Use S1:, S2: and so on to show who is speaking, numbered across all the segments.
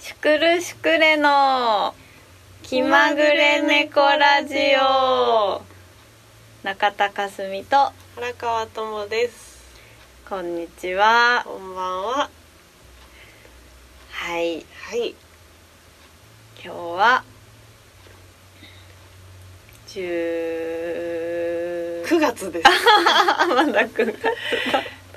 S1: シュクルシュクレの気まぐれ猫ラジオ中田かすみと
S2: 原川智です
S1: こんにちは
S2: こんばんは
S1: はい
S2: はい
S1: 今日は10
S2: 9月です
S1: あまだ9月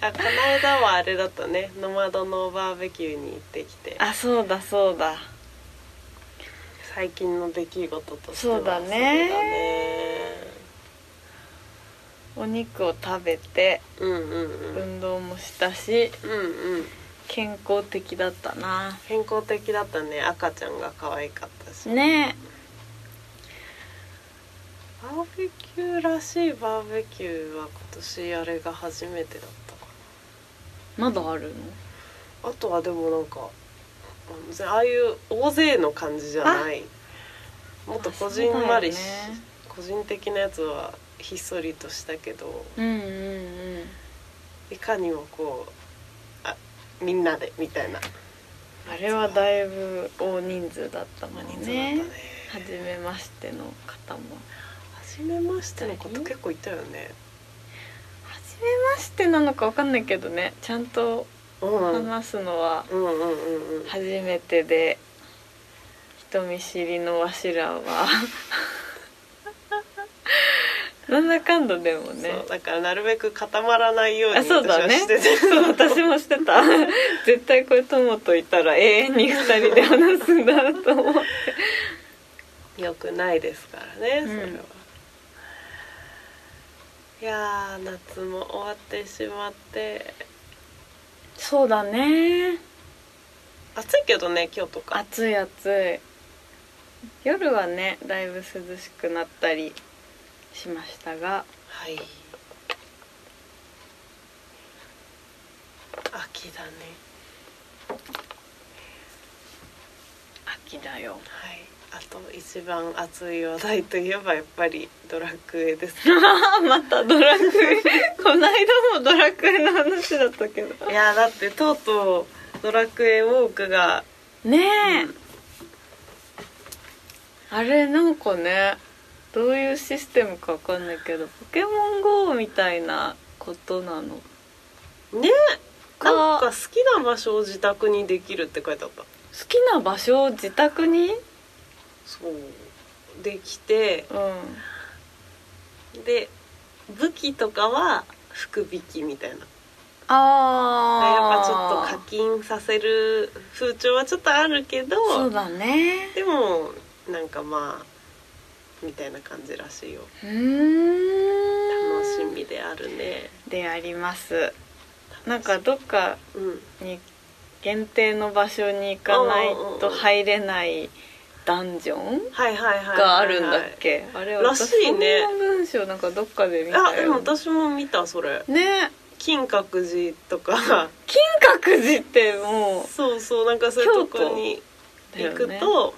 S2: あこの間はあれだったねノマドのバーベキューに行ってきて
S1: あそうだそうだ
S2: 最近の出来事としては
S1: そうだね
S2: そ
S1: お肉を食べて
S2: うだねうんうんうん
S1: 運動もしたし
S2: うんうん
S1: 健康的だったな
S2: 健康的だったね赤ちゃんが可愛かったし
S1: ね
S2: バーベキューらしいバーベキューは今年あれが初めてだったか
S1: まだあるの
S2: なあとはでもなんかあのああいう大勢の感じじゃないもっとこじんまりし、
S1: あそうだよね
S2: 個人的なやつはひっそりとしたけど
S1: うんうんうん
S2: いかにもこうあみんなでみたいな
S1: あれはだいぶ大人数だったもん
S2: 人数だった
S1: ね
S2: ね
S1: 初めましての方も
S2: 初めましてのこと結構いたよね
S1: 初めましてなのかわかんないけどねちゃんと
S2: うんうんうん
S1: 話すのは
S2: うんうんうん
S1: 初めてで人見知りのわしらは なんだかんだでもね
S2: そうだからなるべく固まらないように
S1: あそうだね
S2: 私はしてて
S1: そう私もしてた 絶対これ友といたら永遠に二人で話すんだなと思う
S2: よくないですからね、
S1: うん
S2: それは。いやー夏も終わってしまって
S1: そうだね
S2: 暑いけどね今日とか
S1: 暑い暑い夜はねだいぶ涼しくなったりしましたが
S2: はい秋だね
S1: 秋だよ
S2: はいあと一番暑い話題といえばやっぱりドラクエです
S1: またドラクエこの間もドラクエの話だったけど
S2: いやーだってとうとうドラクエウォークが
S1: ねえ、あれなんかねどういうシステムかわかんないけどポケモン GO みたいなことなの
S2: ね
S1: か
S2: なんか好きな場所を自宅にできるって書いてあった
S1: 好きな場所を自宅に
S2: そうできて
S1: う
S2: で武器とかは福引きみたいなやっ
S1: んあ
S2: ぱ
S1: あ
S2: ちょっと課金させる風潮はちょっとあるけど
S1: そうだね
S2: でもなんかまあみたいな感じらしいよ
S1: うーん
S2: 楽しみであるね
S1: でありますなんかどっか
S2: うん
S1: に限定の場所に行かないと入れないダンジョン
S2: はいはいはいはいはい
S1: があるんだっけ、あれ
S2: らしいね
S1: 私そんな文章なんかどっかで見たよ
S2: あでも私も見たそれ
S1: ね
S2: 金閣寺とか
S1: 金閣寺ってもう
S2: そうそうなんかそういう
S1: 京
S2: とこ
S1: 都
S2: に
S1: だよ
S2: 行く
S1: ね
S2: と、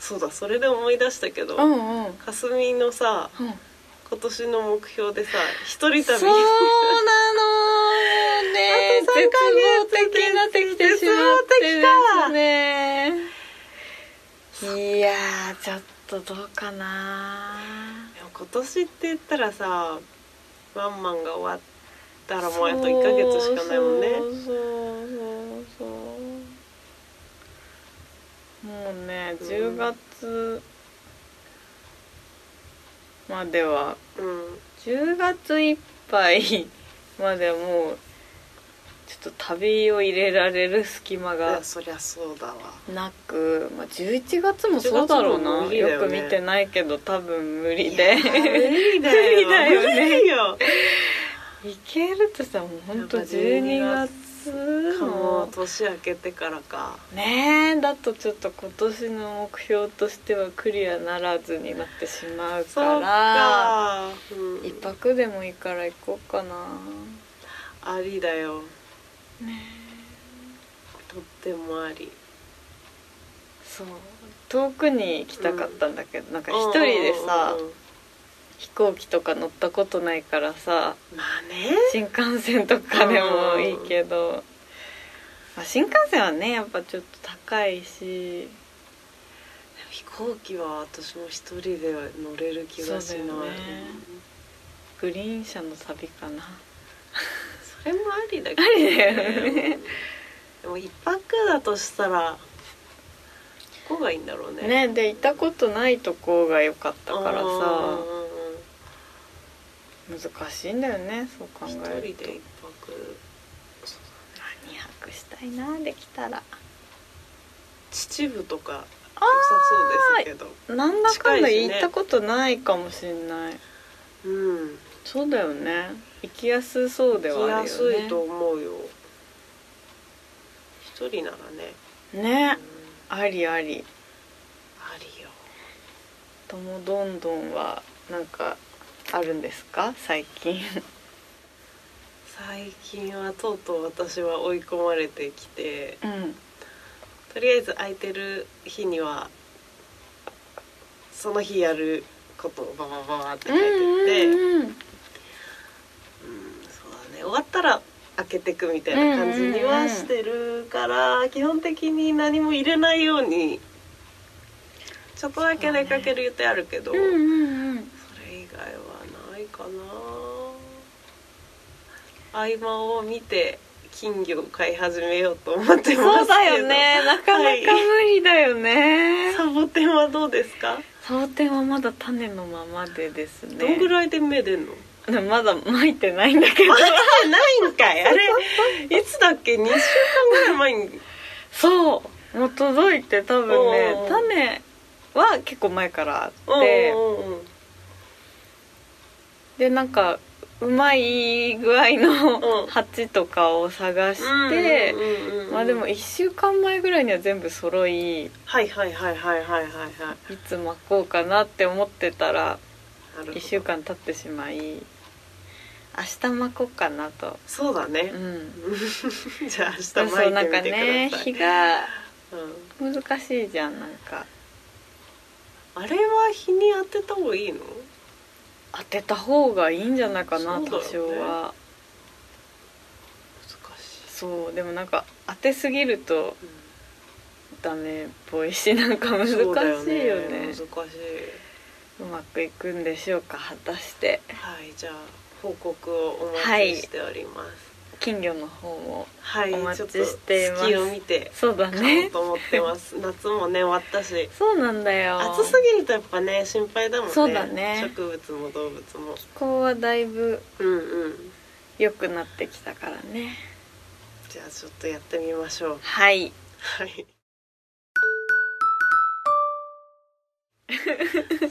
S2: そうだそれで思い出したけど、
S1: うんうん、うん、
S2: かすみのさ今年の目標でさ一人旅
S1: そうなのもうね
S2: あと
S1: 絶
S2: 三ヶ
S1: 望
S2: 月
S1: 的になってきてしまってですねいやーちょっとどうかな
S2: でも今年って言ったらさワンマンが終わったらもうあと1ヶ月しかないもんね
S1: そうそうそうそうもうね
S2: うん
S1: 10月までは
S2: うん
S1: 10月いっぱいまでもうちょっと旅を入れられる隙間
S2: いや
S1: が
S2: そりゃそうだわ
S1: なく、まあ、11月もそうだろう
S2: 11月
S1: な
S2: も無
S1: よ,、
S2: 理だよ
S1: く
S2: ね
S1: 見てないけど多分無理
S2: いや
S1: で
S2: 無理だ
S1: 無
S2: よ
S1: 理だよね
S2: 無理よ
S1: いけるとしたらもうほんと
S2: やっぱ12
S1: 12月
S2: も
S1: の
S2: う年明けてからか
S1: ねえだとちょっと今年の目標としてはクリアならずになってしまう
S2: そ
S1: か
S2: う
S1: ら
S2: か、うん
S1: 一泊でもいいから行こうかな
S2: ありだよ
S1: ね
S2: とってもあり
S1: そう遠くに行きたかったんだけど、なんか一人でさ、
S2: うんうんうん
S1: 飛行機とか乗ったことないからさ
S2: まあね
S1: 新幹線とかでもいいけど、まあ、新幹線はねやっぱちょっと高いし
S2: 飛行機は私も一人で乗れる気がしない
S1: そうだよねグリーン車の旅かな
S2: それもありだけ
S1: あ
S2: ど
S1: りだよね
S2: でも一泊だとしたらどこがいいんだろうね
S1: ねで行ったことないとこが良かったから
S2: うん
S1: さ
S2: うん
S1: 難しいんだよねそう考
S2: うんうん
S1: え
S2: 一
S1: る
S2: 人
S1: と
S2: で一泊
S1: 2泊したいなできたら
S2: 秩父とか良さそうですけど
S1: なんだかんだ
S2: 近いし
S1: 行
S2: ね
S1: ったことないかもしんない、
S2: うん
S1: そうだよね行きやすそうではあ
S2: 行
S1: る
S2: きや
S1: よ
S2: す
S1: ね
S2: いと思うよ一人ならね、
S1: ね
S2: うん
S1: ありあり
S2: ありよ
S1: ともどんどんはなんかあるんですか最近
S2: 最近はとうとう私は追い込まれてきて
S1: うん
S2: とりあえず空いてる日にはその日やることをババババって書いてって、うん
S1: うん
S2: そうだね終わったら開けてくみたいな感じにはしてるから、基本的に何も入れないようにちょっとだけ出かける予定あるけど、
S1: うんうんうん
S2: それ以外はないかな合間を見て金魚を飼い始めようと思ってますけど
S1: そうだよねなかなか無理だよね、
S2: サボテンはどうですか、
S1: サボテンはまだ種のままでですね
S2: どんぐらいで芽出んの
S1: でもまだ まいてないんだ けど
S2: ないんか いあれいつだっけ2週間ぐらい前に
S1: そうもう届いて多分ね
S2: おー
S1: 種は結構前からあって
S2: で
S1: でなんかうまい具合
S2: う
S1: の
S2: ん
S1: 鉢とかを探して、まあでも
S2: はい
S1: 1週間前ぐらいには全部揃いい
S2: はいはいはいはいはいはい
S1: つ巻こうかなって思ってたら
S2: なるほど
S1: 1週間経ってしまい明日巻こうかなと
S2: そうだね
S1: う、ん
S2: じゃあ明日
S1: そう
S2: 巻いて
S1: なん
S2: み
S1: か
S2: て
S1: ね
S2: ください、
S1: 日が
S2: うん
S1: 難しいじゃんなんか
S2: あれは日に当てた方がいいの
S1: 当てた方がいいんじゃないかな、
S2: そうだ
S1: 多
S2: よ
S1: 少
S2: ね
S1: は
S2: 難し
S1: そうでもなんか当てすぎると
S2: い、
S1: ダメっぽいしなんか難しいよねう
S2: 難しい
S1: まくいくんでしょうか果たして
S2: はいじゃあ報告をお待ちしております
S1: 金魚の方も
S2: はい、
S1: お
S2: ち
S1: 待
S2: ょっ
S1: ち
S2: と
S1: しています
S2: 月を見て
S1: そうだ
S2: 買お
S1: ね
S2: うと思っ てます、夏もね終わったし
S1: そうなんだよ
S2: 暑すぎるとやっぱね心配だもんね
S1: そうだね
S2: 植物も動物も
S1: 気候はだいぶ
S2: うんうん
S1: 良くなってきたからね
S2: じゃあちょっとやってみましょう
S1: はい
S2: はい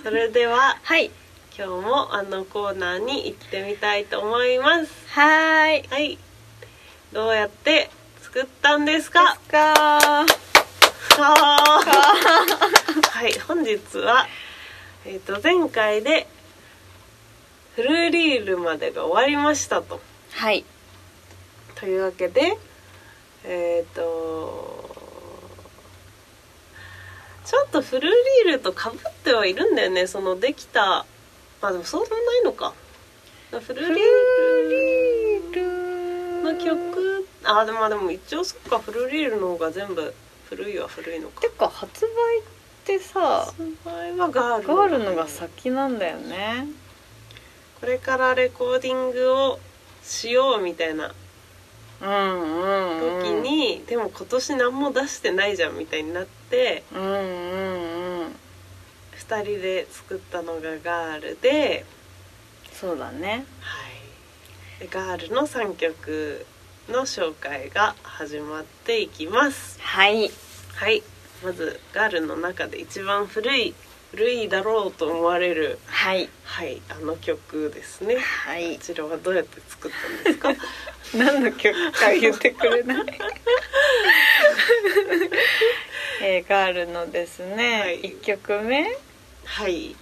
S2: それでは
S1: はい
S2: 今日もあのコーナーに行ってみたいと思います
S1: はーいで
S2: はい。どうやって作ったんですか。
S1: すか
S2: はい、本日は。えっ、と、前回で。フルリールまでが終わりましたと。
S1: はい
S2: というわけで。えっ、と。ちょっとフルリールと被ってはいるんだよね。そのできた。まあ、でも、そうでもないのか。フルリール。の曲あでもまあでも一応そっかフルリールの方が全部古いは古いのか
S1: てか発売ってさ
S2: 発売はガール
S1: ガールのが先なんだよね
S2: これからレコーディングをしようみたいな
S1: うんうん、うん、
S2: 時に、でも今年何も出してないじゃんみたいになって
S1: うんうんうん
S2: 2人で作ったのがガールで,、
S1: そうだね
S2: はい、でガールの3曲の紹介が始まっていきます
S1: はい
S2: はいまずガールの中で一番古い古いだろうと思われる
S1: はい
S2: はい、あの曲ですね。
S1: はい
S2: こちらはどうやって作ったんですか。
S1: 何の曲か言ってくれない えーガールのです
S2: は
S1: ね、
S2: い
S1: 一1曲目
S2: はい、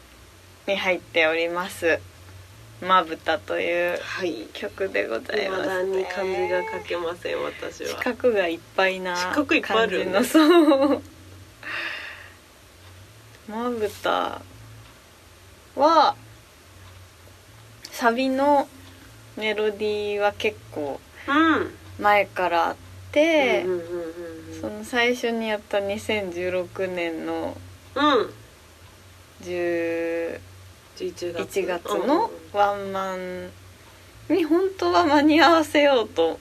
S1: に入っております「まぶた」という
S2: はい。
S1: 曲でござい
S2: 未
S1: ます
S2: だに
S1: ね
S2: 漢字が書けません、私
S1: 四
S2: は。
S1: 角がいっぱいな
S2: 四角いっぱいあ
S1: 感
S2: るよ
S1: じ
S2: ね
S1: のそうまぶたはサビのメロディーは結構
S2: うん、
S1: 前からあって、
S2: うんうんうん
S1: その最初にやった2016年の
S2: うんうん
S1: 11
S2: 11月
S1: 月のワンマンに本当は間に合わせようと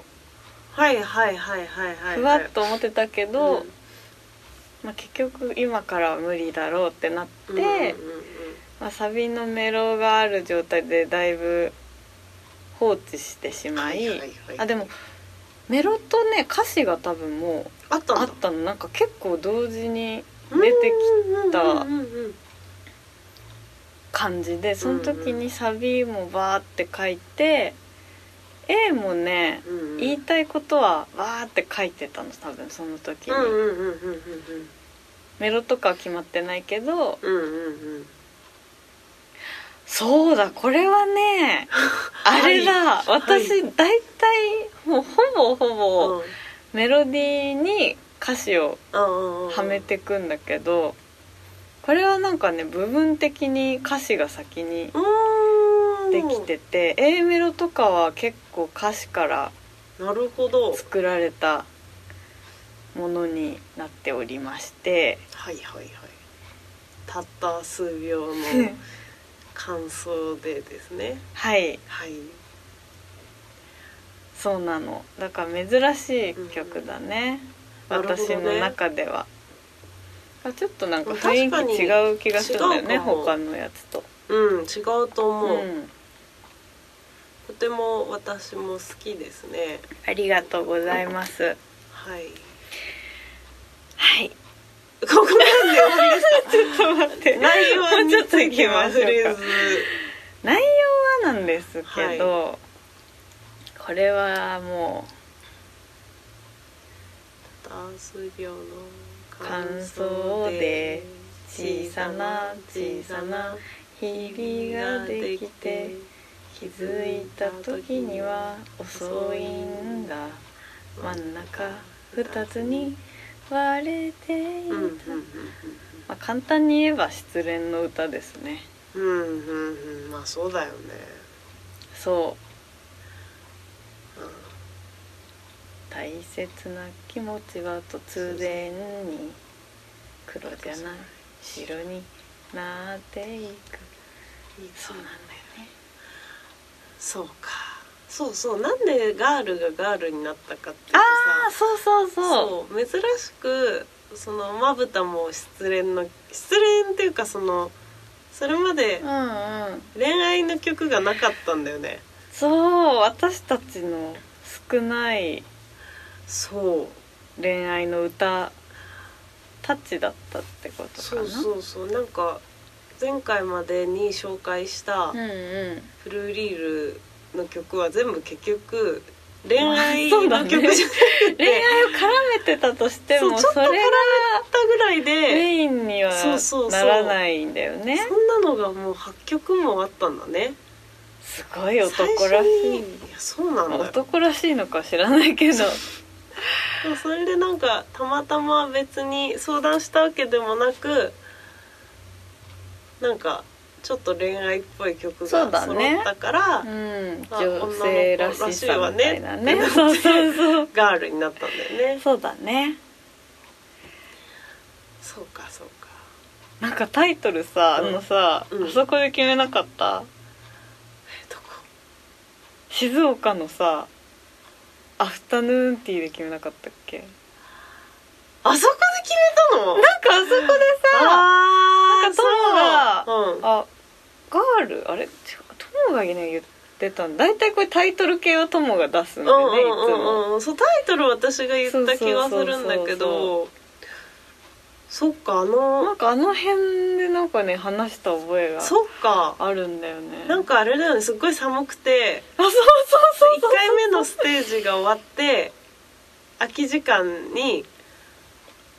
S2: はいはいはいはいはい
S1: ふわっと思ってたけど、
S2: うん
S1: まあ、結局今からは無理だろうってなって、
S2: うんうんうん
S1: まあ、サビのメロがある状態でだいぶ放置してしまい,、
S2: はいはいはい
S1: あでもメロとね歌詞が多分もう
S2: あったんだ
S1: あったのなんか結構同時に出てきた
S2: うんうんうんうん
S1: 感じでその時
S2: うんう
S1: にサビもバーって書いて A もね
S2: うんうん
S1: 言いたいことはバーって書いてたの多分その時に、
S2: うんうんうんうんうん
S1: メロとかは決まってないけど
S2: うんうんうん
S1: そうだこれは ねあれだ、
S2: はい
S1: 私大体もうほぼほぼ、
S2: うん
S1: メロディーに歌詞をは
S2: は
S1: めてくんだけどこれはなんかね部分的に歌詞が先にできてて A メロとかは結構歌詞から
S2: なるほど
S1: 作られたものになっておりまして
S2: はいはいはいたった数秒の 感想でですね
S1: はい
S2: はい
S1: そうなのだから珍しい曲だね、
S2: うんなるほど
S1: 私
S2: ね
S1: の中では、あちょっとなんか
S2: 確か
S1: 雰囲
S2: に
S1: 気違う気がするんだよ
S2: 違
S1: ね
S2: うかも
S1: 他のやつと。
S2: うん違うと思
S1: う
S2: う、
S1: ん
S2: とても私も好きですね
S1: ありがとうございます。
S2: はい
S1: はい。
S2: ここなんで終わりですか
S1: ちょっと待 って。
S2: 内容
S1: もう
S2: に
S1: ちょっと
S2: つ
S1: 行
S2: い
S1: き
S2: て
S1: ま
S2: は
S1: しょ
S2: 触れ
S1: う
S2: ず
S1: か。内容はなんですけど、これはも
S2: たった数秒の感
S1: 感
S2: 想
S1: 想
S2: で
S1: で小さな小さなう日々ができて気づいた時には遅いんだ。真ん中二つに割れてい
S2: うん
S1: た。
S2: うんうん
S1: まあ簡単に言えば失恋の歌ですね。
S2: うんうんうんうんまあそうだよね
S1: そう。
S2: うん
S1: 大切な気持ちは突然に黒じゃない白になっていくそうなんだよね
S2: そうかそうそうなんでガールがガールになったかっていうとさ
S1: ああそうそうそう
S2: そう珍しくそのまぶたも失恋の失恋っていうかそのそれまで
S1: うんうん
S2: 恋愛の曲がなかったんだよね
S1: そう私たちの少ない
S2: そう
S1: 恋愛の歌たちだったってことか
S2: そ
S1: な
S2: うそうそうなんか前回までに紹介した
S1: うんうん
S2: 「フルーリール」の曲は全部結局恋愛
S1: そうだ
S2: の
S1: ね
S2: 曲じゃなく
S1: 恋愛
S2: て
S1: を絡めてたとしても
S2: そうちょっ
S1: そ
S2: と
S1: れ
S2: 絡
S1: が
S2: めたぐらいで
S1: メインには
S2: そうそうそう
S1: ならないんだよね
S2: そんなのがもう8曲もあったんだね
S1: すごい男らし
S2: 最
S1: い
S2: 初にいやそうなんだよ
S1: 男らしいのか知らないけ ど
S2: でもそれでなんかたまたま別に相談したわけでもなくなんかちょっと恋愛っぽい曲
S1: そ
S2: が
S1: うだ
S2: 揃
S1: ね
S2: ったから、
S1: うん
S2: あ
S1: 女性らしさみたいなね
S2: 女の子
S1: そ
S2: ら
S1: う
S2: しいわ
S1: そうそう
S2: ガールになったんだよね
S1: そうだね
S2: そうかそうか
S1: なんかタイトルさあ
S2: うん
S1: のさ、
S2: うん
S1: あそこで決めなかった
S2: どこ
S1: 静岡のさアフタヌーンティーで決めなかったっけなんか
S2: あそこで決めたの
S1: あそこでさ
S2: あ
S1: なんか友が
S2: そううん、
S1: あガールあれ違う友がね言ってたの大体これタイトル系は友が出すんだよねいつ
S2: うんうん
S1: も
S2: うんうんそうタイトル私が言った気がするんだけどそっかあ
S1: な
S2: の
S1: んかあの辺でなんかね話した覚えが
S2: そっか
S1: あるんだよね
S2: なんかあれだよねすっごい寒くて
S1: あそうそうそう
S2: 1回目のステージが終わって空き時間に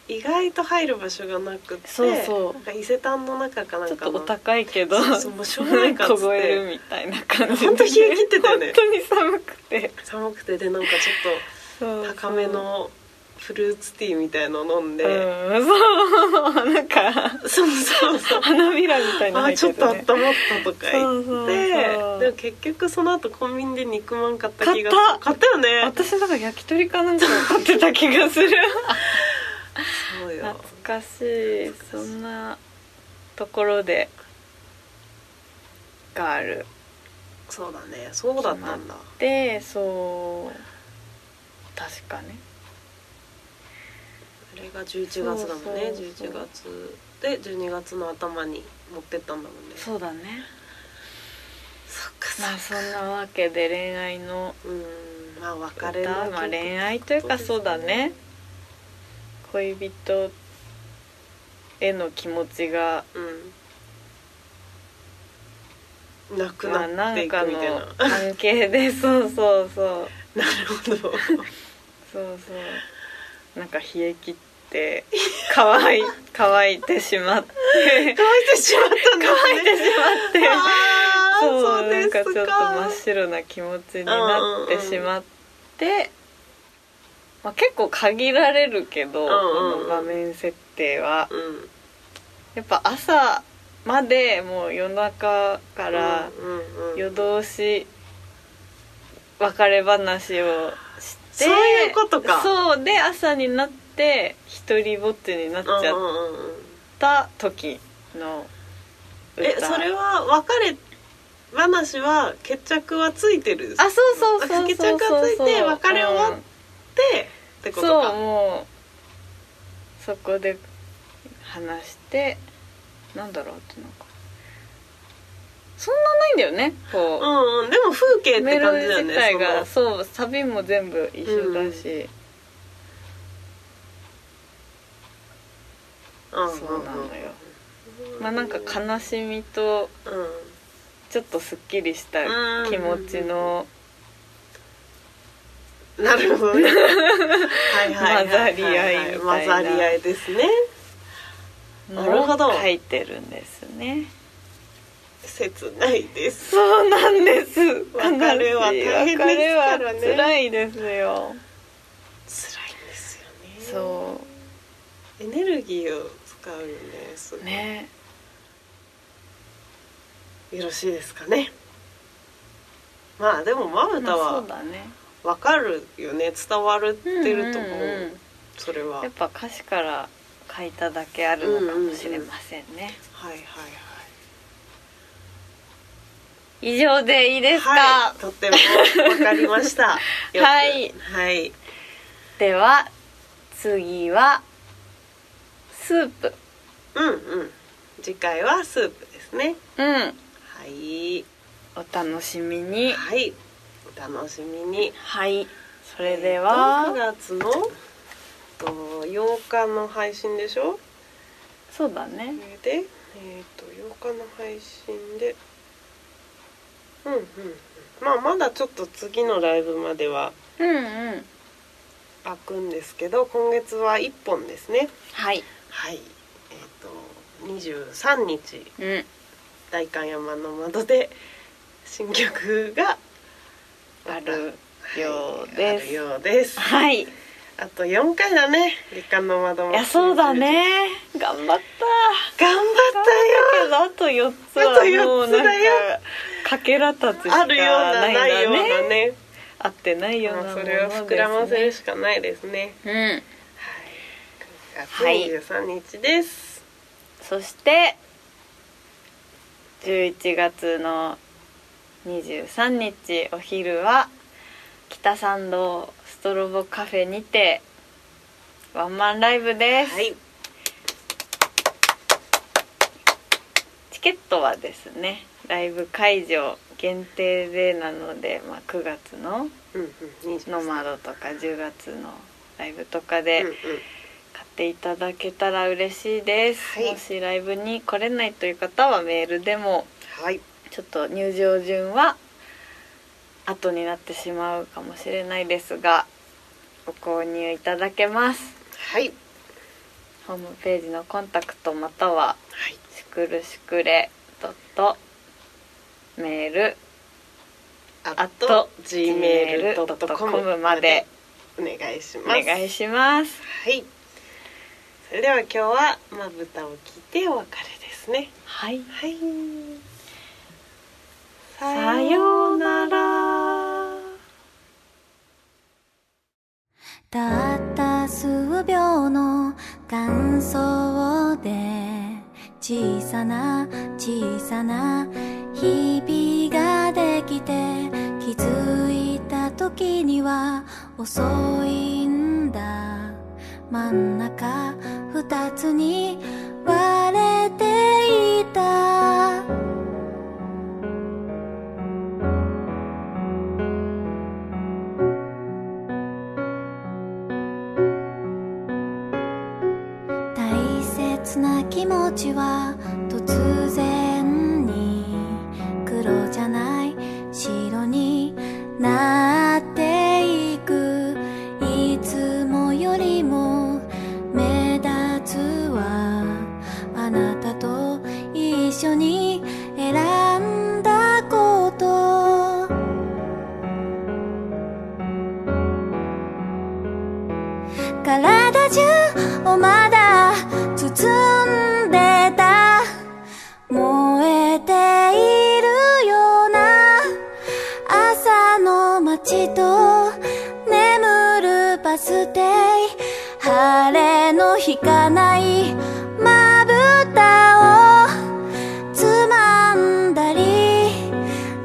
S2: 意外と入る場所がなくて
S1: そうそう
S2: なんか伊勢丹の中かな
S1: ちょ
S2: ん
S1: っ
S2: か
S1: と
S2: の
S1: お高いけど
S2: そうそうもうしょうがないからっつって
S1: 凍えるみたいな感じ
S2: ほんと冷え切ってたよね
S1: 本当に寒くて
S2: 寒くてでなんかちょっ
S1: そう
S2: と高めのフルーツティーみたいの飲ん
S1: うん
S2: で、
S1: そう なんか
S2: そうそうそう
S1: 花びらみたいなの
S2: あ
S1: 入
S2: ーちょっと
S1: て
S2: 温
S1: る
S2: まっ
S1: ね
S2: たとか言
S1: そうそうそう
S2: ってでも結局その後コンビニで肉まん買った気がする
S1: 買った
S2: 買ったよね
S1: 私だから焼き鳥かなんかを買ってた気がする
S2: そうよ
S1: 懐かしいそんなところでがある
S2: そうだねそうだったんだ
S1: でそう確かね
S2: あれが11月だもんね
S1: そうそうそう
S2: 11月で12月の頭に持ってったんだもんね
S1: そうだね
S2: そっかそっ
S1: ま
S2: か
S1: あそんなわけで恋愛の
S2: うーんまあ別れ
S1: 歌、
S2: の
S1: まあ、
S2: 曲
S1: 恋愛というかそうだね恋人への気持ちが
S2: うんなく
S1: まあ
S2: なっ
S1: な
S2: てい
S1: ん
S2: く
S1: か
S2: み
S1: の
S2: たいな、な
S1: 関係でそうそうそう
S2: る ほ
S1: そ
S2: ど
S1: うそうなんか冷え切 って乾い乾いてしまって
S2: 乾いてしまったん
S1: 乾い
S2: で
S1: て
S2: す
S1: し
S2: ね
S1: まって
S2: あー
S1: そう
S2: そう
S1: な
S2: で
S1: ん
S2: す
S1: か
S2: か
S1: ちょっと真っ白な気持ちになってしまって、まあ、結構限られるけど、
S2: うんうんう
S1: こ
S2: ん
S1: の場面設定は
S2: うん
S1: やっぱ朝までもう夜中から
S2: うんうんうん
S1: 夜通し別れ話をして
S2: そういうことか
S1: そうで朝になって一人ぼっちになっち
S2: うん
S1: ゃっ
S2: うんうんうん
S1: た時の歌、
S2: えそれは別れ話は決着はついてる
S1: あそうそうそう
S2: 決
S1: そう
S2: 着がつ
S1: そう
S2: いて別れ終わっ
S1: うん
S2: てってこと
S1: そう
S2: か
S1: もうそこで話してなんだろうってなんかそんなないんだよね
S2: う
S1: こ
S2: んうんでも風景
S1: う、
S2: っ
S1: メ
S2: て
S1: ロ
S2: 感
S1: ディ
S2: じだ
S1: ー
S2: よ
S1: 自体が
S2: ねそ
S1: そうサビも全部一緒だし、
S2: の
S1: そうなのよ、
S2: う
S1: まあなんか悲しみと
S2: うん
S1: ちょっとすっきりした気持ちの
S2: なるほど ねはいはいはいは
S1: 混ざ
S2: い
S1: り合いみたいな
S2: 混ざり合いですね
S1: の
S2: なるほど
S1: を書いてるんですね
S2: 切ないです
S1: そうなんです悲しい
S2: 別れは大変ですからね
S1: 別れは辛いですよ
S2: 辛いんですよね
S1: そう
S2: エネルギーを使うよねすごい
S1: ね
S2: よろしいですかねまあでもまぶ
S1: ま
S2: た
S1: あそう
S2: は
S1: だね
S2: わかるよね伝わるってると思う,、
S1: んんん
S2: それはは
S1: や
S2: い
S1: っぱ歌詞から書いただけあるのかもしれませんね、
S2: はいはい
S1: 以上でいいですか、
S2: はいとってもわかりました よく
S1: はい
S2: はい
S1: では次はスープ
S2: うんうん次回はスープですね
S1: うん
S2: はい
S1: お楽しみに
S2: はいお楽しみに
S1: はいそ
S2: そ
S1: れで
S2: 9
S1: は
S2: 月のえっと8日の配信でしょ
S1: そうだね
S2: それで、えー、と8日の配信でうんうんうんまあまだちょっと次のライブまでは
S1: うんうん
S2: 開くんですけど今月は1本ですね
S1: はい
S2: はいえっ、と23日
S1: うん
S2: 代官山の窓で新曲が
S1: ある
S2: はい
S1: ようです
S2: あるようです
S1: はいい
S2: あと4回だね立館の窓も
S1: やそうだね頑張った
S2: 頑張ったよ
S1: けどあと4つ
S2: あと
S1: はも
S2: 4
S1: う
S2: つ
S1: なんか
S2: だよ
S1: かけらたつし
S2: あ
S1: か
S2: るような
S1: ないん
S2: ない
S1: だ
S2: よう
S1: ね
S2: なね
S1: 合ってないようなも
S2: まあ
S1: の
S2: それを膨らませるしかないですね。
S1: ですね
S2: はい。9月23日です。
S1: うんそして11月の23日お昼は北参道ストロボカフェにてワンマンライブです、
S2: はい。
S1: チケットはですねライブ会場限定でなので、まあ、9月の
S2: うんうん。
S1: 「ノマド」とか10月のライブとかで、
S2: でうんうん。
S1: 買っていただけたら嬉しいです、
S2: はい
S1: もしライブに来れないという方はメールでも
S2: はい。
S1: ちょっと入場順は後になってしまうかもしれないですがご購入いただけます
S2: はい。
S1: ホームページのコンタクトまたは
S2: はい。
S1: しくるしくれドットメール
S2: あ
S1: あと
S2: gmail.com
S1: gmail.com まで
S2: おお願いし
S1: お
S2: ます
S1: 願いします
S2: はいそれでは今日はまぶたを切ってお別れですね
S1: はい
S2: はい
S1: さようなら
S3: たった数秒の感想で小さな小さな日々ができて気づいた時には遅いんだ真ん中二つに割れていた大切な気持ちは突然に黒じゃない白になっていくいつもよりも目立つはあなたと一緒に選んだこと体中をまだ包んでた燃えているような朝の街と眠るバス停晴れの日かないまぶたをつまんだり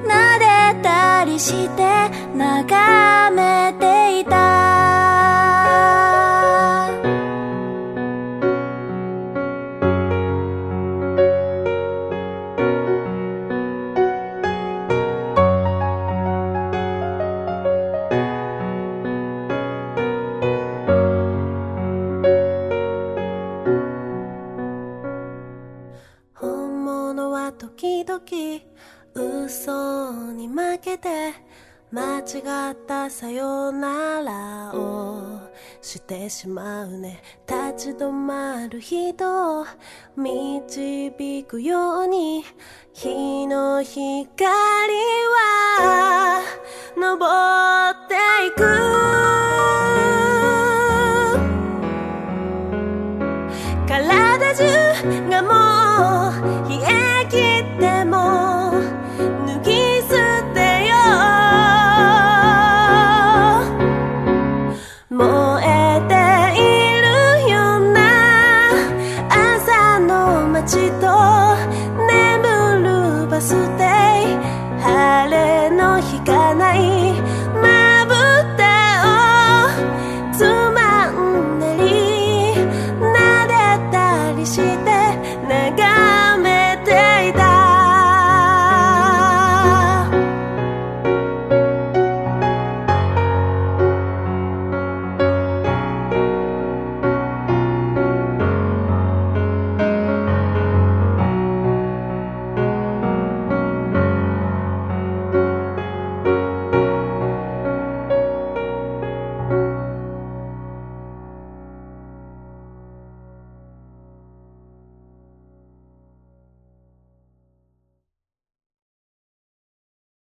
S3: 撫でたりして眺めていた本物は時々嘘に負けて間違ったさよならをしてしまうね立ち止まる人を導くように日の光は昇っていく体中がもう冷え切っても脱ぎ捨てよう燃えているような朝の街と